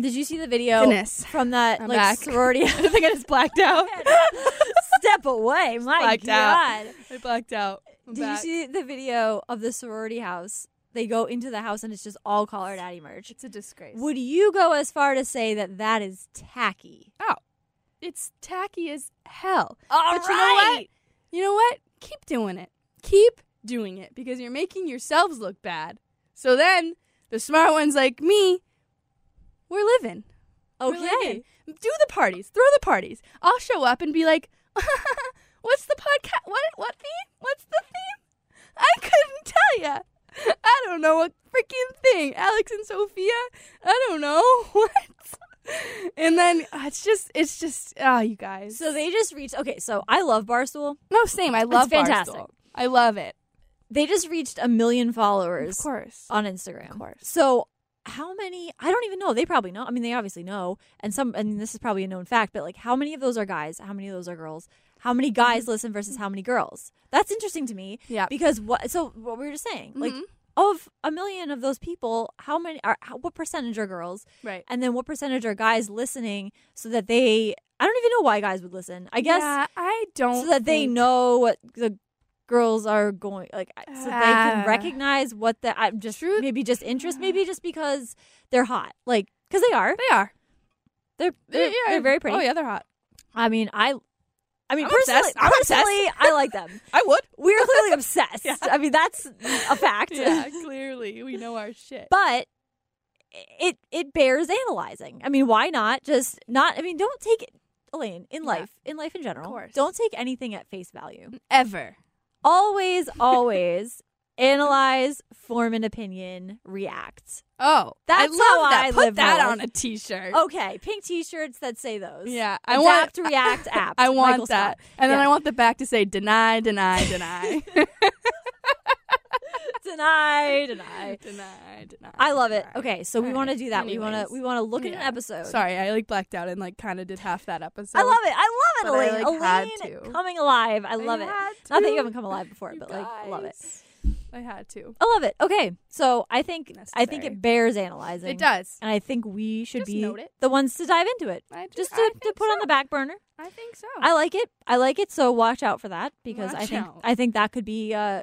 S8: did you see the video
S9: Goodness.
S8: from that
S9: I'm
S8: like
S9: back. Oh
S8: sorority?
S9: I think I just blacked out.
S8: Step away, my
S9: blacked out.
S8: god!
S9: I blacked out. I'm
S8: Did
S9: back.
S8: you see the video of the sorority house? They go into the house and it's just all collar daddy merch.
S9: It's a disgrace.
S8: Would you go as far to say that that is tacky?
S9: it's tacky as hell.
S8: All
S9: you know what?
S8: right.
S9: You know what? Keep doing it. Keep doing it because you're making yourselves look bad. So then the smart ones like me, we're living. We're living.
S8: Okay.
S9: Do the parties. Throw the parties. I'll show up and be like, "What's the podcast? What what theme? What's the theme?" I couldn't tell ya. I don't know a freaking thing. Alex and Sophia. I don't know what. And then uh, it's just it's just ah, you guys.
S8: So they just reached. Okay, so I love Barstool.
S9: No, same. I love
S8: fantastic.
S9: Barstool. I love it.
S8: They just reached a million followers.
S9: course.
S8: on Instagram. Of
S9: course.
S8: So how many I don't even know. They probably know. I mean they obviously know. And some and this is probably a known fact, but like how many of those are guys? How many of those are girls? How many guys listen versus how many girls? That's interesting to me.
S9: Mm-hmm. Yeah.
S8: Because what so what we were just saying, like
S9: Mhm.
S8: of a million of those people, how many are how, what percentage are girls?
S9: Right.
S8: And then what percentage are guys listening so that they I don't even know why guys would listen. I guess
S9: Yeah, I don't.
S8: so that they
S9: think-
S8: know what the girls are going like so they
S9: Ah.
S8: can recognize what the I'm just
S9: True.
S8: maybe just interest maybe just because they're hot like because they are
S9: they are.
S8: they're
S9: They-
S8: they're,
S9: yeah.
S8: they're very pretty
S9: Oh yeah, they're hot.
S8: I mean I I mean
S9: I'm
S8: personally
S9: obsessed. I'm obsessed.
S8: personally I like them
S9: I would.
S8: we're clearly obsessed
S9: Yeah.
S8: I mean that's a fact
S9: yeah, clearly we know our shit.
S8: but it it bears analyzing I mean why not just not I mean don't take it Elaine in
S9: Yeah.
S8: life in life in general
S9: course.
S8: don't take anything at face value
S9: ever.
S8: always, always analyze, form an opinion, react.
S9: Oh, I
S8: That's
S9: love
S8: how
S9: that.
S8: I
S9: Put
S8: live my
S9: that
S8: life.
S9: on a t-shirt.
S8: Okay, pink T-shirts that say those.
S9: Yeah, I
S8: I
S9: want-
S8: adapt, want react, apt.
S9: I want
S8: Michael
S9: that,
S8: Scott.
S9: and then
S8: Yeah.
S9: I want the back to say deny, deny, deny,
S8: deny, deny.
S9: deny, deny.
S8: I love it.
S9: deny.
S8: Okay, so we
S9: All
S8: want to
S9: right.
S8: do that. We want
S9: Anyways.
S8: to we want to look at an
S9: Yeah.
S8: episode.
S9: Sorry, I like blacked out and like kind of did half that episode.
S8: I love it. I
S9: But
S8: love
S9: I,
S8: it, Elaine.
S9: like, had to.
S8: Elaine coming alive. I love it.
S9: had
S8: Not that
S9: to.
S8: you haven't come alive before,
S9: You
S8: but like I love it.
S9: guys. I had to.
S8: I love it. Okay, so I think I think
S9: Necessary.
S8: it bears analyzing.
S9: It does.
S8: and I think we should
S9: Just
S8: be
S9: note it.
S8: the ones to dive into it.
S9: I do-
S8: just
S9: I
S8: to, to
S9: think
S8: put on
S9: so.
S8: the back burner.
S9: I think so.
S8: I like it. I like it. So watch out for that because I
S9: Watch
S8: think
S9: out.
S8: I think that could be, uh,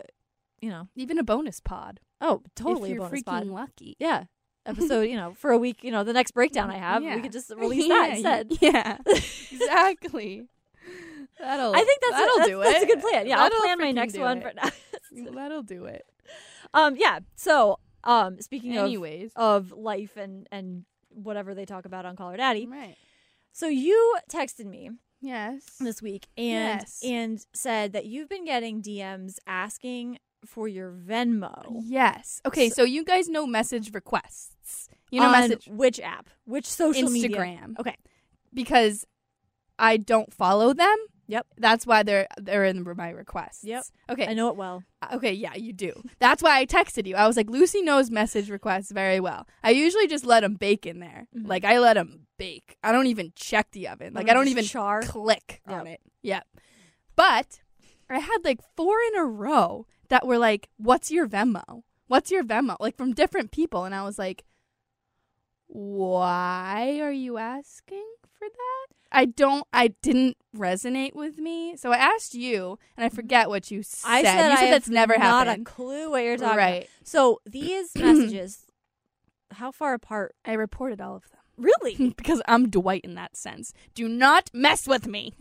S8: you know,
S9: Even a bonus pod.
S8: oh, totally a
S9: if you're
S8: bonus
S9: freaking
S8: spot.
S9: lucky.
S8: Yeah, episode. you know, for a week. You know, the next breakdown I have,
S9: Yeah.
S8: we could just release that
S9: yeah,
S8: instead.
S9: Yeah, exactly. That'll.
S8: I think that's
S9: that'll
S8: a, that's,
S9: do
S8: that's
S9: it.
S8: a good plan. Yeah,
S9: That'll
S8: I'll plan my
S9: freaking
S8: next
S9: do
S8: one
S9: it. Mm,
S8: for now.
S9: that'll do it.
S8: um, yeah. So, um, speaking
S9: Anyways,
S8: of of life and and whatever they talk about on Call Her Daddy.
S9: right?
S8: So you texted me
S9: Yes.
S8: this week and
S9: Yes.
S8: and said that you've been getting DMs asking for your Venmo.
S9: Yes. Okay, so, you guys know message requests. You know
S8: on
S9: message
S8: which app, which social media,
S9: Instagram.
S8: Okay,
S9: because I don't follow them.
S8: Yep.
S9: That's why they're they're in my requests.
S8: Yep.
S9: Okay.
S8: I know it well.
S9: Uh, Okay, yeah, you do. That's why I texted you. I was like, Lucy knows message requests very well. I usually just let them bake in there.
S8: Mhm.
S9: Like, I let them bake. I don't even check the oven. Like,
S8: don't
S9: I don't
S8: just
S9: even
S8: char.
S9: click on
S8: Yep.
S9: it. Yep. But I had like four in a row that were like, What's your Venmo? What's your Venmo? Like, from different people. And I was like, Why are you asking for that? I don't, I didn't resonate with me. So I asked you, and I forget what you said.
S8: Mm-hmm. I said
S9: you
S8: I
S9: said that's
S8: have
S9: never
S8: not
S9: happened.
S8: a clue what you're talking
S9: Right.
S8: about. So these messages how far apart?
S9: I reported all of them.
S8: Really?
S9: because I'm Dwight in that sense. Do not mess with me.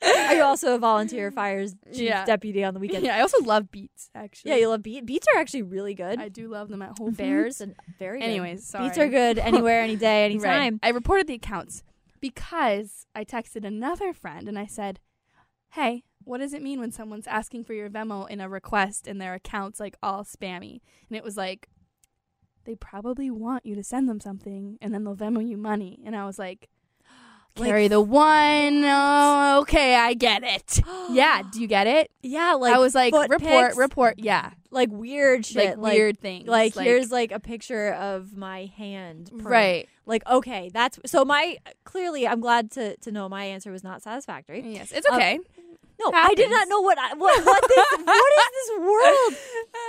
S8: Are you also a volunteer fires chief
S9: Yeah.
S8: deputy on the weekend?
S9: yeah, I also love beets, actually.
S8: Yeah, you love Mm-hmm. beets. Beets are actually really good.
S9: I do love them at Whole Foods.
S8: Bears and very good.
S9: Anyways, sorry.
S8: beets are good anywhere, any day, any
S9: Right.
S8: time.
S9: I reported the accounts because I texted another friend and I said, "Hey, what does it mean when someone's asking for your Venmo in a request and their account's like all spammy?" And it was like, "They probably want you to send them something and then they'll Venmo you money." And I was like.
S8: Like-
S9: Carry the one. Oh, okay, I get it. yeah, do you get it?
S8: Yeah, like
S9: I was like,
S8: foot
S9: report,
S8: pics,
S9: report. Yeah,
S8: like weird shit,
S9: like, weird things.
S8: Like, here's like a picture of my hand, print.
S9: right.
S8: Like okay, that's so my clearly. I'm glad to to know my answer was not satisfactory.
S9: Yes, it's
S8: Um,
S9: okay.
S8: No, I did not
S9: happens.
S8: know what I, what what this what is this world?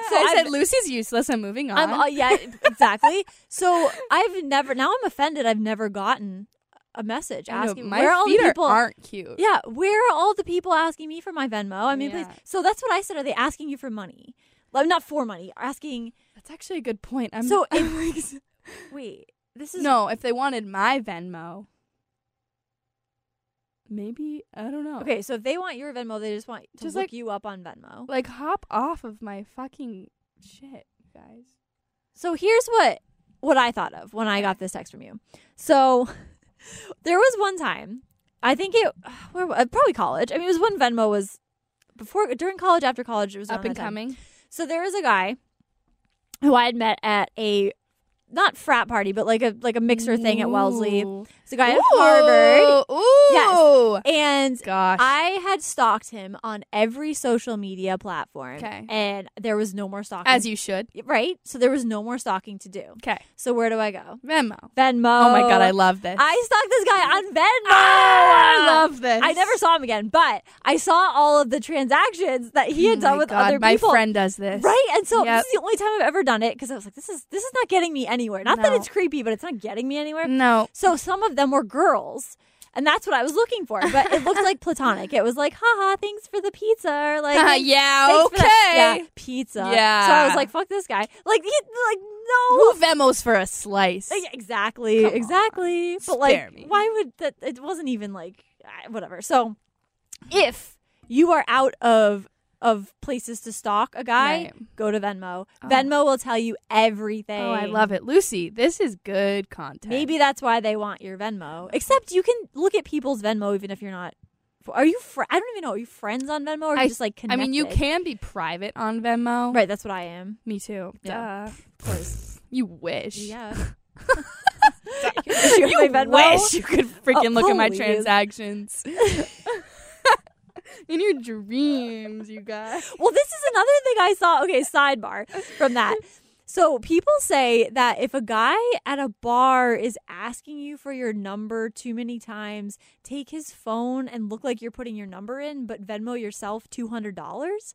S9: so I
S8: I'm-
S9: said Lucy's useless. I'm moving on.
S8: I'm uh, yeah, exactly. So I've never now I'm offended. I've never gotten a message
S9: I know,
S8: asking
S9: my
S8: where all the
S9: feet are-
S8: people
S9: aren't cute.
S8: Yeah, where are all the people asking me for my Venmo? I mean,
S9: Yeah.
S8: please. So that's what I said. Are they asking you for money? Well, not for money. Asking.
S9: that's actually a good point. I'm
S8: So
S9: I'm like, s-
S8: Wait, this is
S9: no, if they wanted my Venmo, maybe I don't know.
S8: Okay, so if they want your Venmo, they just want to
S9: Just
S8: look
S9: like-
S8: you up on Venmo.
S9: like hop off of my fucking shit, guys.
S8: So here's what what I thought of when I got this text from you. So there was one time, I think it where, uh, probably college. I mean, it was when Venmo was before, during college, after college. It was
S9: Up
S8: around
S9: and
S8: that time.
S9: coming.
S8: So there was a guy who I had met at a not frat party, but like a like a mixer thing at Wellesley.
S9: Ooh.
S8: It's a guy at Harvard,
S9: Ooh, Ooh.
S8: and
S9: Gosh.
S8: I had stalked him on every social media platform.
S9: Okay.
S8: and there was no more stalking.
S9: As you should.
S8: right, so there was no more stalking to do.
S9: Okay.
S8: So where do I go?
S9: Venmo.
S8: Venmo.
S9: Oh my god, I love this.
S8: I stalked this guy on Venmo.
S9: Ah, I love this.
S8: I never saw him again, but I saw all of the transactions that he had
S9: Oh
S8: done
S9: my
S8: with
S9: God,
S8: other
S9: my
S8: people.
S9: friend does this.
S8: Right? And so
S9: Yep.
S8: this is the only time I've ever done it because I was like, this is this is not getting me anywhere. Not that
S9: No.
S8: it's creepy, but it's not getting me anywhere.
S9: No.
S8: So some of them were girls. And that's what I was looking for. But it looked like platonic. It was like, haha, thanks for the pizza. Or like
S9: Uh,
S8: "Thanks-
S9: yeah,
S8: thanks for that-"
S9: okay.
S8: Yeah, pizza.
S9: Yeah.
S8: So I was like, fuck this guy. Like he, like no
S9: Who Venmos for a slice?
S8: like, Exactly.
S9: Come on.
S8: exactly. But
S9: Spare
S8: like,
S9: me.
S8: why would that? It wasn't even like ah, whatever. So, if you are out of of places to stalk a guy,
S9: Right.
S8: go to Venmo. Venmo will tell you everything.
S9: Oh, I love it. Lucy, this is good content.
S8: Maybe that's why they want your Venmo. Except you can look at people's Venmo even if you're not. Are you? Fr- I don't even know. Are you friends on Venmo or
S9: I-
S8: just like
S9: I
S8: connected?
S9: mean, you can be private on Venmo.
S8: Right. That's what I am.
S9: Me too.
S8: Yeah.
S9: Duh. You wish.
S8: Yeah.
S9: You,
S8: you my Venmo?
S9: wish you could freaking
S8: Oh,
S9: look at my
S8: please.
S9: transactions. In your dreams, you guys.
S8: Well, this is another thing I saw. Okay, sidebar from that. So people say that if a guy at a bar is asking you for your number too many times, take his phone and look like you're putting your number in, but Venmo yourself two hundred dollars.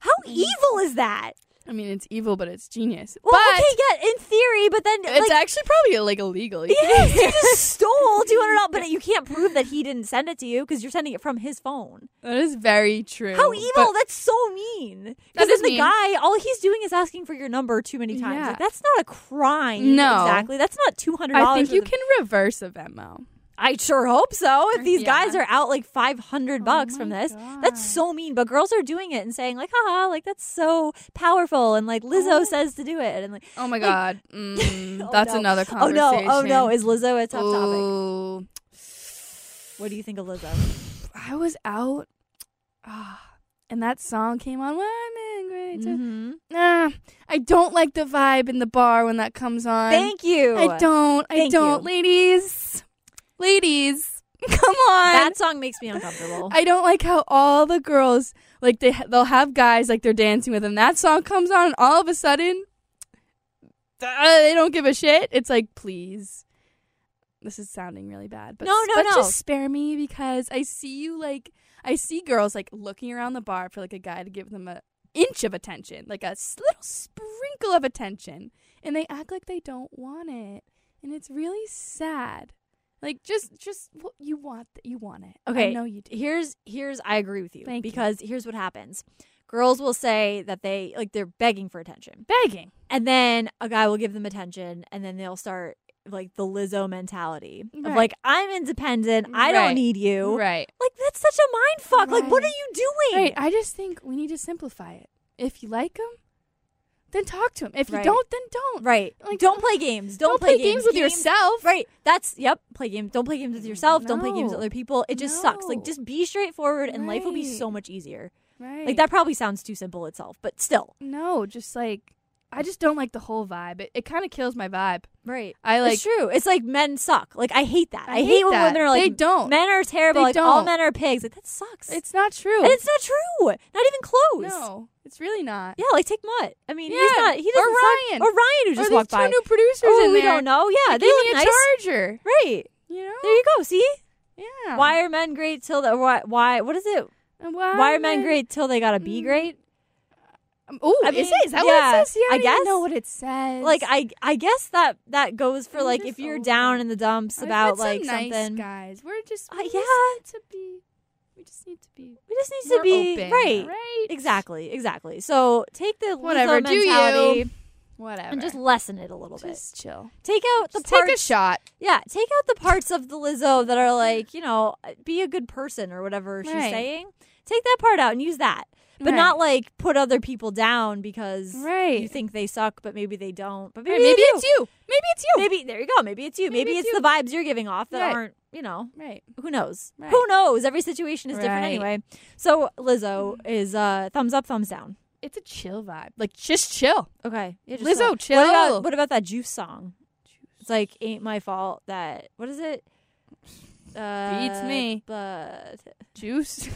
S8: How
S9: Mm.
S8: evil is that?
S9: I mean, it's evil, but it's genius.
S8: Well,
S9: but
S8: okay, yeah, in theory, but then
S9: it's
S8: like,
S9: actually probably like illegal. You
S8: yes, you just stole two hundred dollars, but you can't prove that he didn't send it to you because you're sending it from his phone.
S9: That is very true.
S8: How
S9: but-
S8: evil! that's so mean.
S9: That
S8: Because
S9: is
S8: the
S9: mean.
S8: guy, all he's doing is asking for your number too many times.
S9: Yeah.
S8: Like, that's not a crime.
S9: No.
S8: exactly. That's not two hundred dollars.
S9: I think you can reverse a Venmo.
S8: I sure hope so. If these
S9: Yeah. Oh
S8: guys are out like five hundred bucks
S9: my
S8: from this,
S9: God.
S8: that's so mean. But girls are doing it and saying like, haha, like that's so powerful, and like Lizzo says to do it, and like,
S9: Oh my
S8: Like-
S9: god, mm,
S8: oh,
S9: that's
S8: no.
S9: another
S8: Oh
S9: conversation.
S8: no, oh no, is Lizzo a tough topic?
S9: Ooh.
S8: What do you think of Lizzo?
S9: Oh, I was out, ah, and that song came on. When I'm angry, it's a-
S8: Mhm.
S9: Nah, I don't like the vibe in the bar when that comes on.
S8: Thank you.
S9: I don't. I
S8: Thank
S9: don't,
S8: you.
S9: ladies. Ladies, come on.
S8: That song makes me uncomfortable.
S9: I don't like how all the girls like they ha- they'll have guys like they're dancing with, and that song comes on, and all of a sudden uh, they don't give a shit. It's like, please, this is sounding really bad, but
S8: No, no,
S9: but
S8: no.
S9: just spare me because I see you like I see girls like looking around the bar for like a guy to give them a inch of attention, like a s- little sprinkle of attention, and they act like they don't want it, and it's really sad. Like just, just well, you want, you want it.
S8: Okay.
S9: I know you do.
S8: Here's here's I agree with you
S9: Thank you.
S8: because here's what happens. girls will say that they like they're begging for attention.
S9: Begging.
S8: And then a guy will give them attention and then they'll start like the Lizzo mentality of
S9: Right.
S8: like I'm independent, I don't
S9: Right.
S8: need you.
S9: Right.
S8: Like that's such a mind fuck. Like what are
S9: Right.
S8: you doing?
S9: Right. I just think we need to simplify it. If you like him, then talk to him. If
S8: Right.
S9: you don't, then don't.
S8: Right.
S9: Like,
S8: don't play games. Don't,
S9: Don't play games with yourself.
S8: Right. That's yep. Play games. Don't play games with yourself. Don't play games with
S9: No.
S8: other people. It just sucks. Like
S9: No.
S8: just be straightforward and life will be so
S9: Right.
S8: much easier.
S9: Right.
S8: Like that probably sounds too simple itself, but still.
S9: No, just like I just don't like the whole vibe. It, it kind of kills my vibe.
S8: Right.
S9: I like.
S8: it's true. It's like men suck. Like I hate that. I,
S9: I
S8: hate,
S9: hate
S8: when
S9: that.
S8: women are like
S9: They don't.
S8: Men are terrible.
S9: They
S8: like all
S9: don't.
S8: men are pigs. Like that sucks.
S9: It's not true.
S8: and it's not true. Not even close.
S9: no, it's really not.
S8: Yeah, like take Mutt. I mean, he's
S9: Yeah.
S8: not. He doesn't
S9: Or
S8: suck.
S9: Ryan.
S8: Or Ryan who
S9: Or
S8: just
S9: these
S8: walked
S9: two
S8: by.
S9: new producers
S8: Oh,
S9: in
S8: we
S9: there.
S8: don't know. Yeah,
S9: Like,
S8: they
S9: give
S8: look
S9: me a
S8: nice.
S9: charger.
S8: Right.
S9: You know.
S8: There you go. See?
S9: yeah.
S8: Why are men great till the why? Why? What is it?
S9: And Why,
S8: Why are men great till they gotta be
S9: Mm.
S8: great?
S9: Oh,
S8: I
S9: is,
S8: mean,
S9: it, is that what
S8: yeah,
S9: it says? Yeah,
S8: I
S9: I, don't even
S8: guess.
S9: know what it says.
S8: Like I, I guess that that goes for
S9: Mm, I'm
S8: like
S9: just
S8: if you're
S9: over
S8: down
S9: it.
S8: in the dumps
S9: I've
S8: about
S9: met some
S8: like
S9: nice
S8: something.
S9: guys. We're just
S8: Uh,
S9: we just
S8: yeah.
S9: need to be. We just need to be.
S8: We just needs to
S9: more
S8: be
S9: open,
S8: right.
S9: Right.
S8: Exactly, exactly. So take the Lizzo
S9: Whatever. Do
S8: mentality
S9: you? Whatever.
S8: and just lessen it a little
S9: just chill.
S8: bit. Take out the
S9: Just
S8: parts.
S9: take a shot.
S8: Yeah, take out the parts of the Lizzo that are like, you know, be a good person or whatever she's
S9: Right.
S8: saying. Take that part out and use that. But
S9: Right.
S8: not like put other people down because you
S9: Right.
S8: think they suck, but maybe they don't. But
S9: Right,
S8: maybe,
S9: maybe
S8: they do.
S9: it's you. Maybe it's you.
S8: Maybe there you go. Maybe it's you. Maybe,
S9: Maybe
S8: it's
S9: it's
S8: the vibes you're giving off that
S9: Right.
S8: aren't, you know,
S9: Right.
S8: who knows?
S9: Right.
S8: Who knows? Every situation is different
S9: Right.
S8: anyway. So Lizzo is uh thumbs up, thumbs down.
S9: It's a chill vibe. Like just chill.
S8: Okay. Yeah, just
S9: Lizzo,
S8: like- What
S9: chill.
S8: about, what about that juice song? It's like ain't my fault that what is it? Uh,
S9: me.
S8: But
S9: Juice.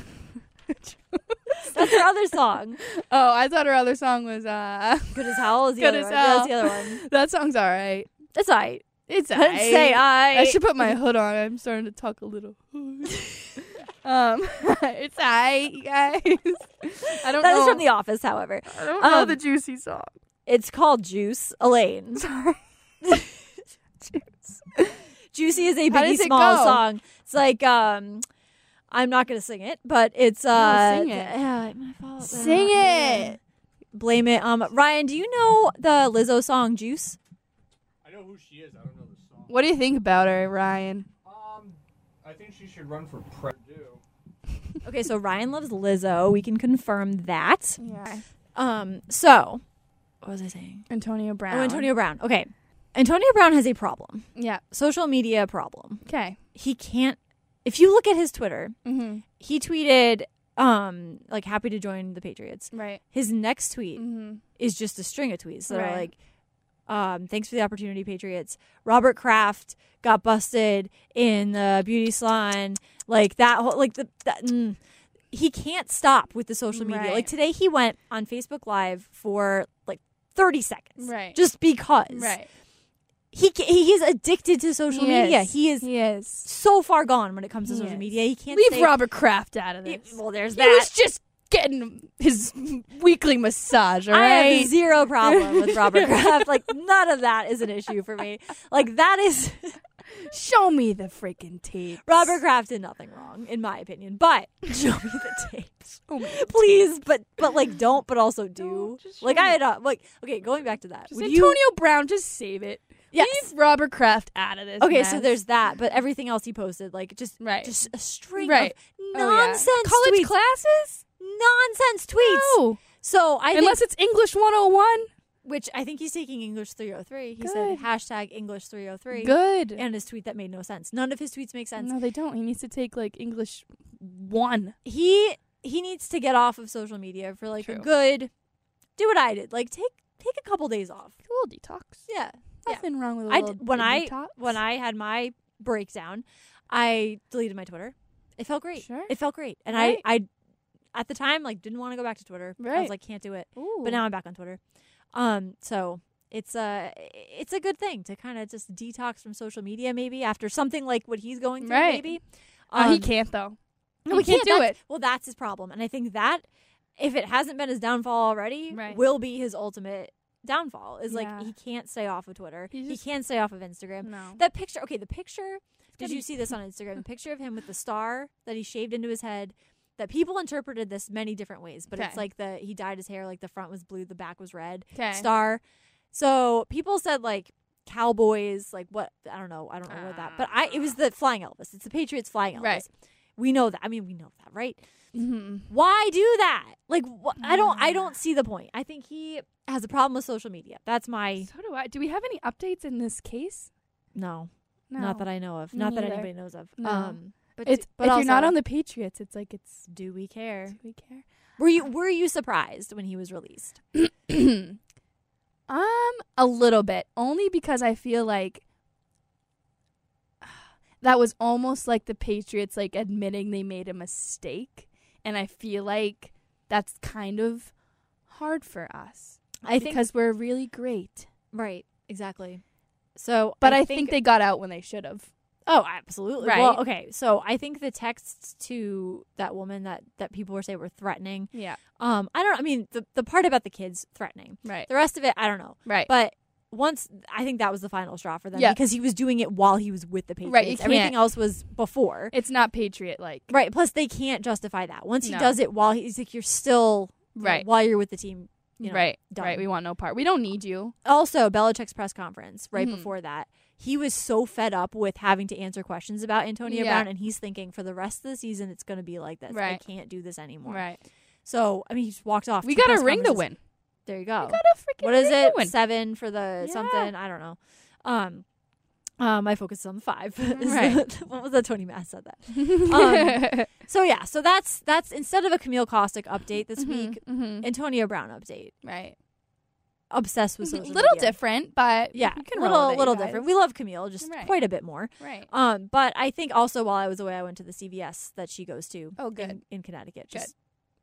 S8: that's her other song.
S9: oh, I thought her other song was uh
S8: Good as hell is the
S9: Good
S8: other
S9: as
S8: one. Yeah, That's the
S9: hell.
S8: other one.
S9: that song's alright.
S8: That's all right.
S9: It's
S8: I didn't say
S9: aight.
S8: I.
S9: I should put my hood on. I'm starting to talk a little. um it's alright, you guys. I don't
S8: That
S9: know.
S8: is from The Office, however.
S9: I don't know
S8: um,
S9: the juicy song.
S8: It's called Juice. Elaine.
S9: Sorry.
S8: Juicy is a
S9: How
S8: Biggie
S9: does it
S8: Small
S9: go?
S8: song. It's like um, I'm not gonna sing it, but it's uh,
S9: sing it. Oh,
S8: yeah, my fault.
S9: Sing
S8: Yeah.
S9: it.
S8: Blame it. Um, Ryan, do you know the Lizzo song Juice?
S3: I know who she is. I don't know the song.
S9: What do you think about her, Ryan?
S3: Um, I think she should run for president.
S8: Okay, so Ryan loves Lizzo. We can confirm that.
S9: Yeah.
S8: Um, so what was I saying?
S9: Antonio Brown.
S8: Oh, Antonio Brown. Okay, Antonio Brown has a problem.
S9: Yeah.
S8: Social media problem.
S9: Okay.
S8: He can't. If you look at his Twitter,
S9: Mm-hmm.
S8: he tweeted um like happy to join the Patriots.
S9: Right.
S8: His next tweet
S9: Mm-hmm.
S8: is just a string of tweets that are
S9: Right.
S8: like, um, "Thanks for the opportunity, Patriots." Robert Kraft got busted in the beauty salon. Like that whole like the that, mm. he can't stop with the social media.
S9: Right.
S8: Like today, he went on Facebook Live for like thirty seconds,
S9: Right.
S8: Just because,
S9: Right.
S8: He ca- he is addicted to social media. He is
S9: He is.
S8: so far gone when it comes to
S9: He
S8: social
S9: is.
S8: media. He can't
S9: Leave
S8: stay-
S9: Robert Kraft out of
S8: He-
S9: this.
S8: well, there's
S9: he
S8: that.
S9: was just getting his weekly massage, all
S8: I have
S9: right?
S8: zero problem with Robert Kraft. Like none of that is an issue for me. Like that is
S9: Show me the freaking tape.
S8: Robert Kraft did nothing wrong, in my opinion. But show me the tapes,
S9: Oh my
S8: please. But but like don't, but also do.
S9: Don't, just
S8: like
S9: show
S8: I had a, like okay, going back to that.
S9: Just
S8: would
S9: Antonio
S8: you,
S9: Brown, just save it.
S8: Yes.
S9: Leave Robert Kraft out of this.
S8: okay, so
S9: mess.
S8: there's that, but everything else he posted, like just
S9: Right.
S8: just a string
S9: Right.
S8: of
S9: Oh, yeah.
S8: nonsense
S9: college
S8: tweets,
S9: classes.
S8: nonsense tweets.
S9: No,
S8: So I think
S9: unless it's English 101.
S8: which I think he's taking English 303. He said
S9: Good.
S8: hashtag English 303.
S9: Good.
S8: And his tweet that made no sense. None of his tweets make sense.
S9: no, they don't. He needs to take like English one.
S8: He he needs to get off of social media for like a
S9: True.
S8: good. Do what I did. Like take take a couple days off.
S9: A little detox.
S8: Yeah.
S9: Nothing wrong with a
S8: I
S9: little
S8: d- when I
S9: detox.
S8: when I had my breakdown, I deleted my Twitter. It felt great.
S9: Sure.
S8: It felt great. And
S9: Right.
S8: I I at the time like didn't want to go back to Twitter. I was
S9: Right.
S8: like can't do it.
S9: Ooh.
S8: But now I'm back on Twitter. Um so it's a it's a good thing to kind of just detox from social media maybe after something like what he's going through
S9: Right.
S8: maybe.
S9: Uh, he
S8: Um,
S9: can't though.
S8: No,
S9: He
S8: we can't,
S9: do
S8: That's-
S9: it.
S8: Well, that's his problem, and I think that if it hasn't been his downfall already,
S9: Right.
S8: will be his ultimate downfall. Is like
S9: Yeah.
S8: he can't stay off of Twitter.
S9: He
S8: he
S9: just-
S8: can't stay off of Instagram.
S9: No.
S8: That picture. Okay, the picture. Did
S9: gotta
S8: you
S9: be-
S8: see this on Instagram? The picture of him with the star that he shaved into his head, that people interpreted this many different ways, but it's
S9: Okay.
S8: like the he dyed his hair like the front was blue, the back was red.
S9: Okay.
S8: Star. So people said like cowboys, like what I don't know, I don't know what that. But I it was the flying Elvis. It's the Patriots flying Elvis.
S9: Ah. Right.
S8: We know that. I mean, we know that, right?
S9: Mm-hmm.
S8: Why do that? Like wh- I don't I
S9: Mm.
S8: don't see the point. I think he has a problem with social media. That's my
S9: So do I. Do we have any updates in this case?
S8: no.
S9: No.
S8: Not that I know of.
S9: Me
S8: not that
S9: neither.
S8: anybody knows of.
S9: No.
S8: Um but
S9: It's,
S8: but
S9: if you're not
S8: also-
S9: on the Patriots, it's like it's.
S8: do we care?
S9: Do we care?
S8: Were you were you surprised when he was released?
S9: um, a little bit, only because I feel like that was almost like the Patriots like admitting they made a mistake, and I feel like that's kind of hard for us
S8: I think
S9: because we're really great.
S8: right, exactly. So,
S9: But I, think, they got out when they should have.
S8: Oh, absolutely.
S9: Right?
S8: Well, okay. So I think the texts to that woman that that people were saying were threatening.
S9: Yeah.
S8: Um, I don't. I mean, the the part about the kids threatening.
S9: Right.
S8: The rest of it, I don't know.
S9: Right.
S8: But once I think that was the final straw for them
S9: Yeah.
S8: because he was doing it while he was with the Patriots.
S9: Right, you
S8: Everything
S9: can't-
S8: else was before.
S9: it's not Patriot like.
S8: Right. Plus, they can't justify that. Once he
S9: No.
S8: does it while he's like, you're still you know,
S9: Right.
S8: while you're with the team. You know,
S9: right.
S8: done.
S9: Right. We want no part. We don't need you.
S8: also Belichick's press conference right
S9: Mhm.
S8: before that, he was so fed up with having to answer questions about Antonio
S9: Yeah.
S8: Brown, and he's thinking for the rest of the season it's going to be like this. I
S9: Right.
S8: can't do this anymore.
S9: Right.
S8: So I mean, he just walked off.
S9: We
S8: Two
S9: got
S8: press
S9: a ring to
S8: conferences.
S9: win.
S8: There you go.
S9: We got a freaking
S8: What is
S9: ring
S8: it?
S9: to win.
S8: Seven for the
S9: Yeah.
S8: something. I don't know. Um, um, I focused on the five. Is
S9: Right.
S8: that- what was that? Tony Mass said that. Um, So yeah. So that's that's instead of a Camille Caustic update this week,
S9: Mhm.
S8: Antonio Brown update.
S9: Right.
S8: Obsessed with
S9: A
S8: social.
S9: Mm-hmm. little
S8: media.
S9: different, but
S8: Mm-hmm. Yeah,
S9: you can roll
S8: little
S9: with it,
S8: little
S9: you guys.
S8: different. We love Camille just
S9: Right.
S8: quite a bit more.
S9: right.
S8: Um, but I think also while I was away, I went to the CVS that she goes to.
S9: Oh, good.
S8: In, in Connecticut, just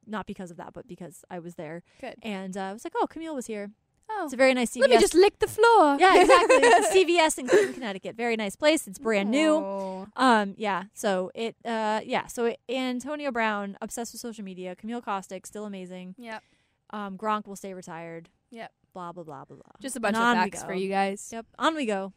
S8: not because of that, but because I was there.
S9: Good.
S8: And uh, I was like, oh, Camille was here.
S9: Oh,
S8: It's a very nice CVS.
S9: let me just lick the floor.
S8: yeah, exactly. It's a CVS in Clinton, Connecticut. Very nice place. It's brand new.
S9: Oh.
S8: Um, yeah. So it, uh, yeah. So it, Antonio Brown obsessed with social media. Camille Caustic still amazing.
S9: Yep.
S8: Um, Gronk will stay retired.
S9: Yep.
S8: Blah blah blah blah blah.
S9: Just a bunch
S8: And
S9: of
S8: on we
S9: facts
S8: go.
S9: for you guys.
S8: Yep. On we go.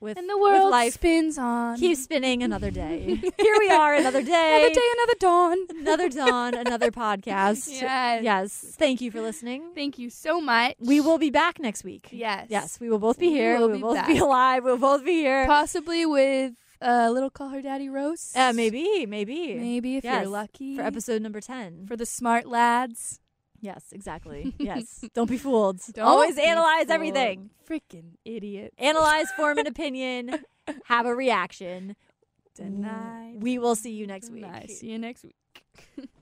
S8: With
S9: And the
S8: with
S9: world
S8: life.
S9: spins on.
S8: Keep spinning another day. Here we are, another day.
S9: Another day, another dawn.
S8: another dawn, another podcast.
S9: Yes.
S8: Yes. Thank you for listening.
S9: Thank you so much.
S8: We will be back next week.
S9: Yes.
S8: Yes, we will both be
S9: We
S8: here.
S9: will
S8: We
S9: be
S8: will both be
S9: back.
S8: alive. We'll both be here.
S9: Possibly with a little call her daddy roast.
S8: uh, maybe, maybe.
S9: Maybe if
S8: Yes,
S9: you're lucky.
S8: For episode number 10.
S9: For the smart lads.
S8: yes, exactly. Yes. Don't be fooled.
S9: Don't
S8: Always
S9: be
S8: analyze
S9: fooled.
S8: everything.
S9: Freaking idiot.
S8: Analyze, form an opinion, have a reaction.
S9: Denied.
S8: We will see you next week.
S9: Nice. See you next week.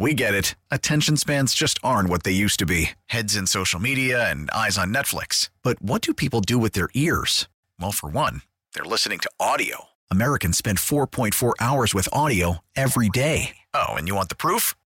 S10: We get it. Attention spans just aren't what they used to be heads in social media and eyes on Netflix. But what do people do with their ears? Well, for one, they're listening to audio. Americans spend 4.4 hours with audio every day. Oh, and you want the proof?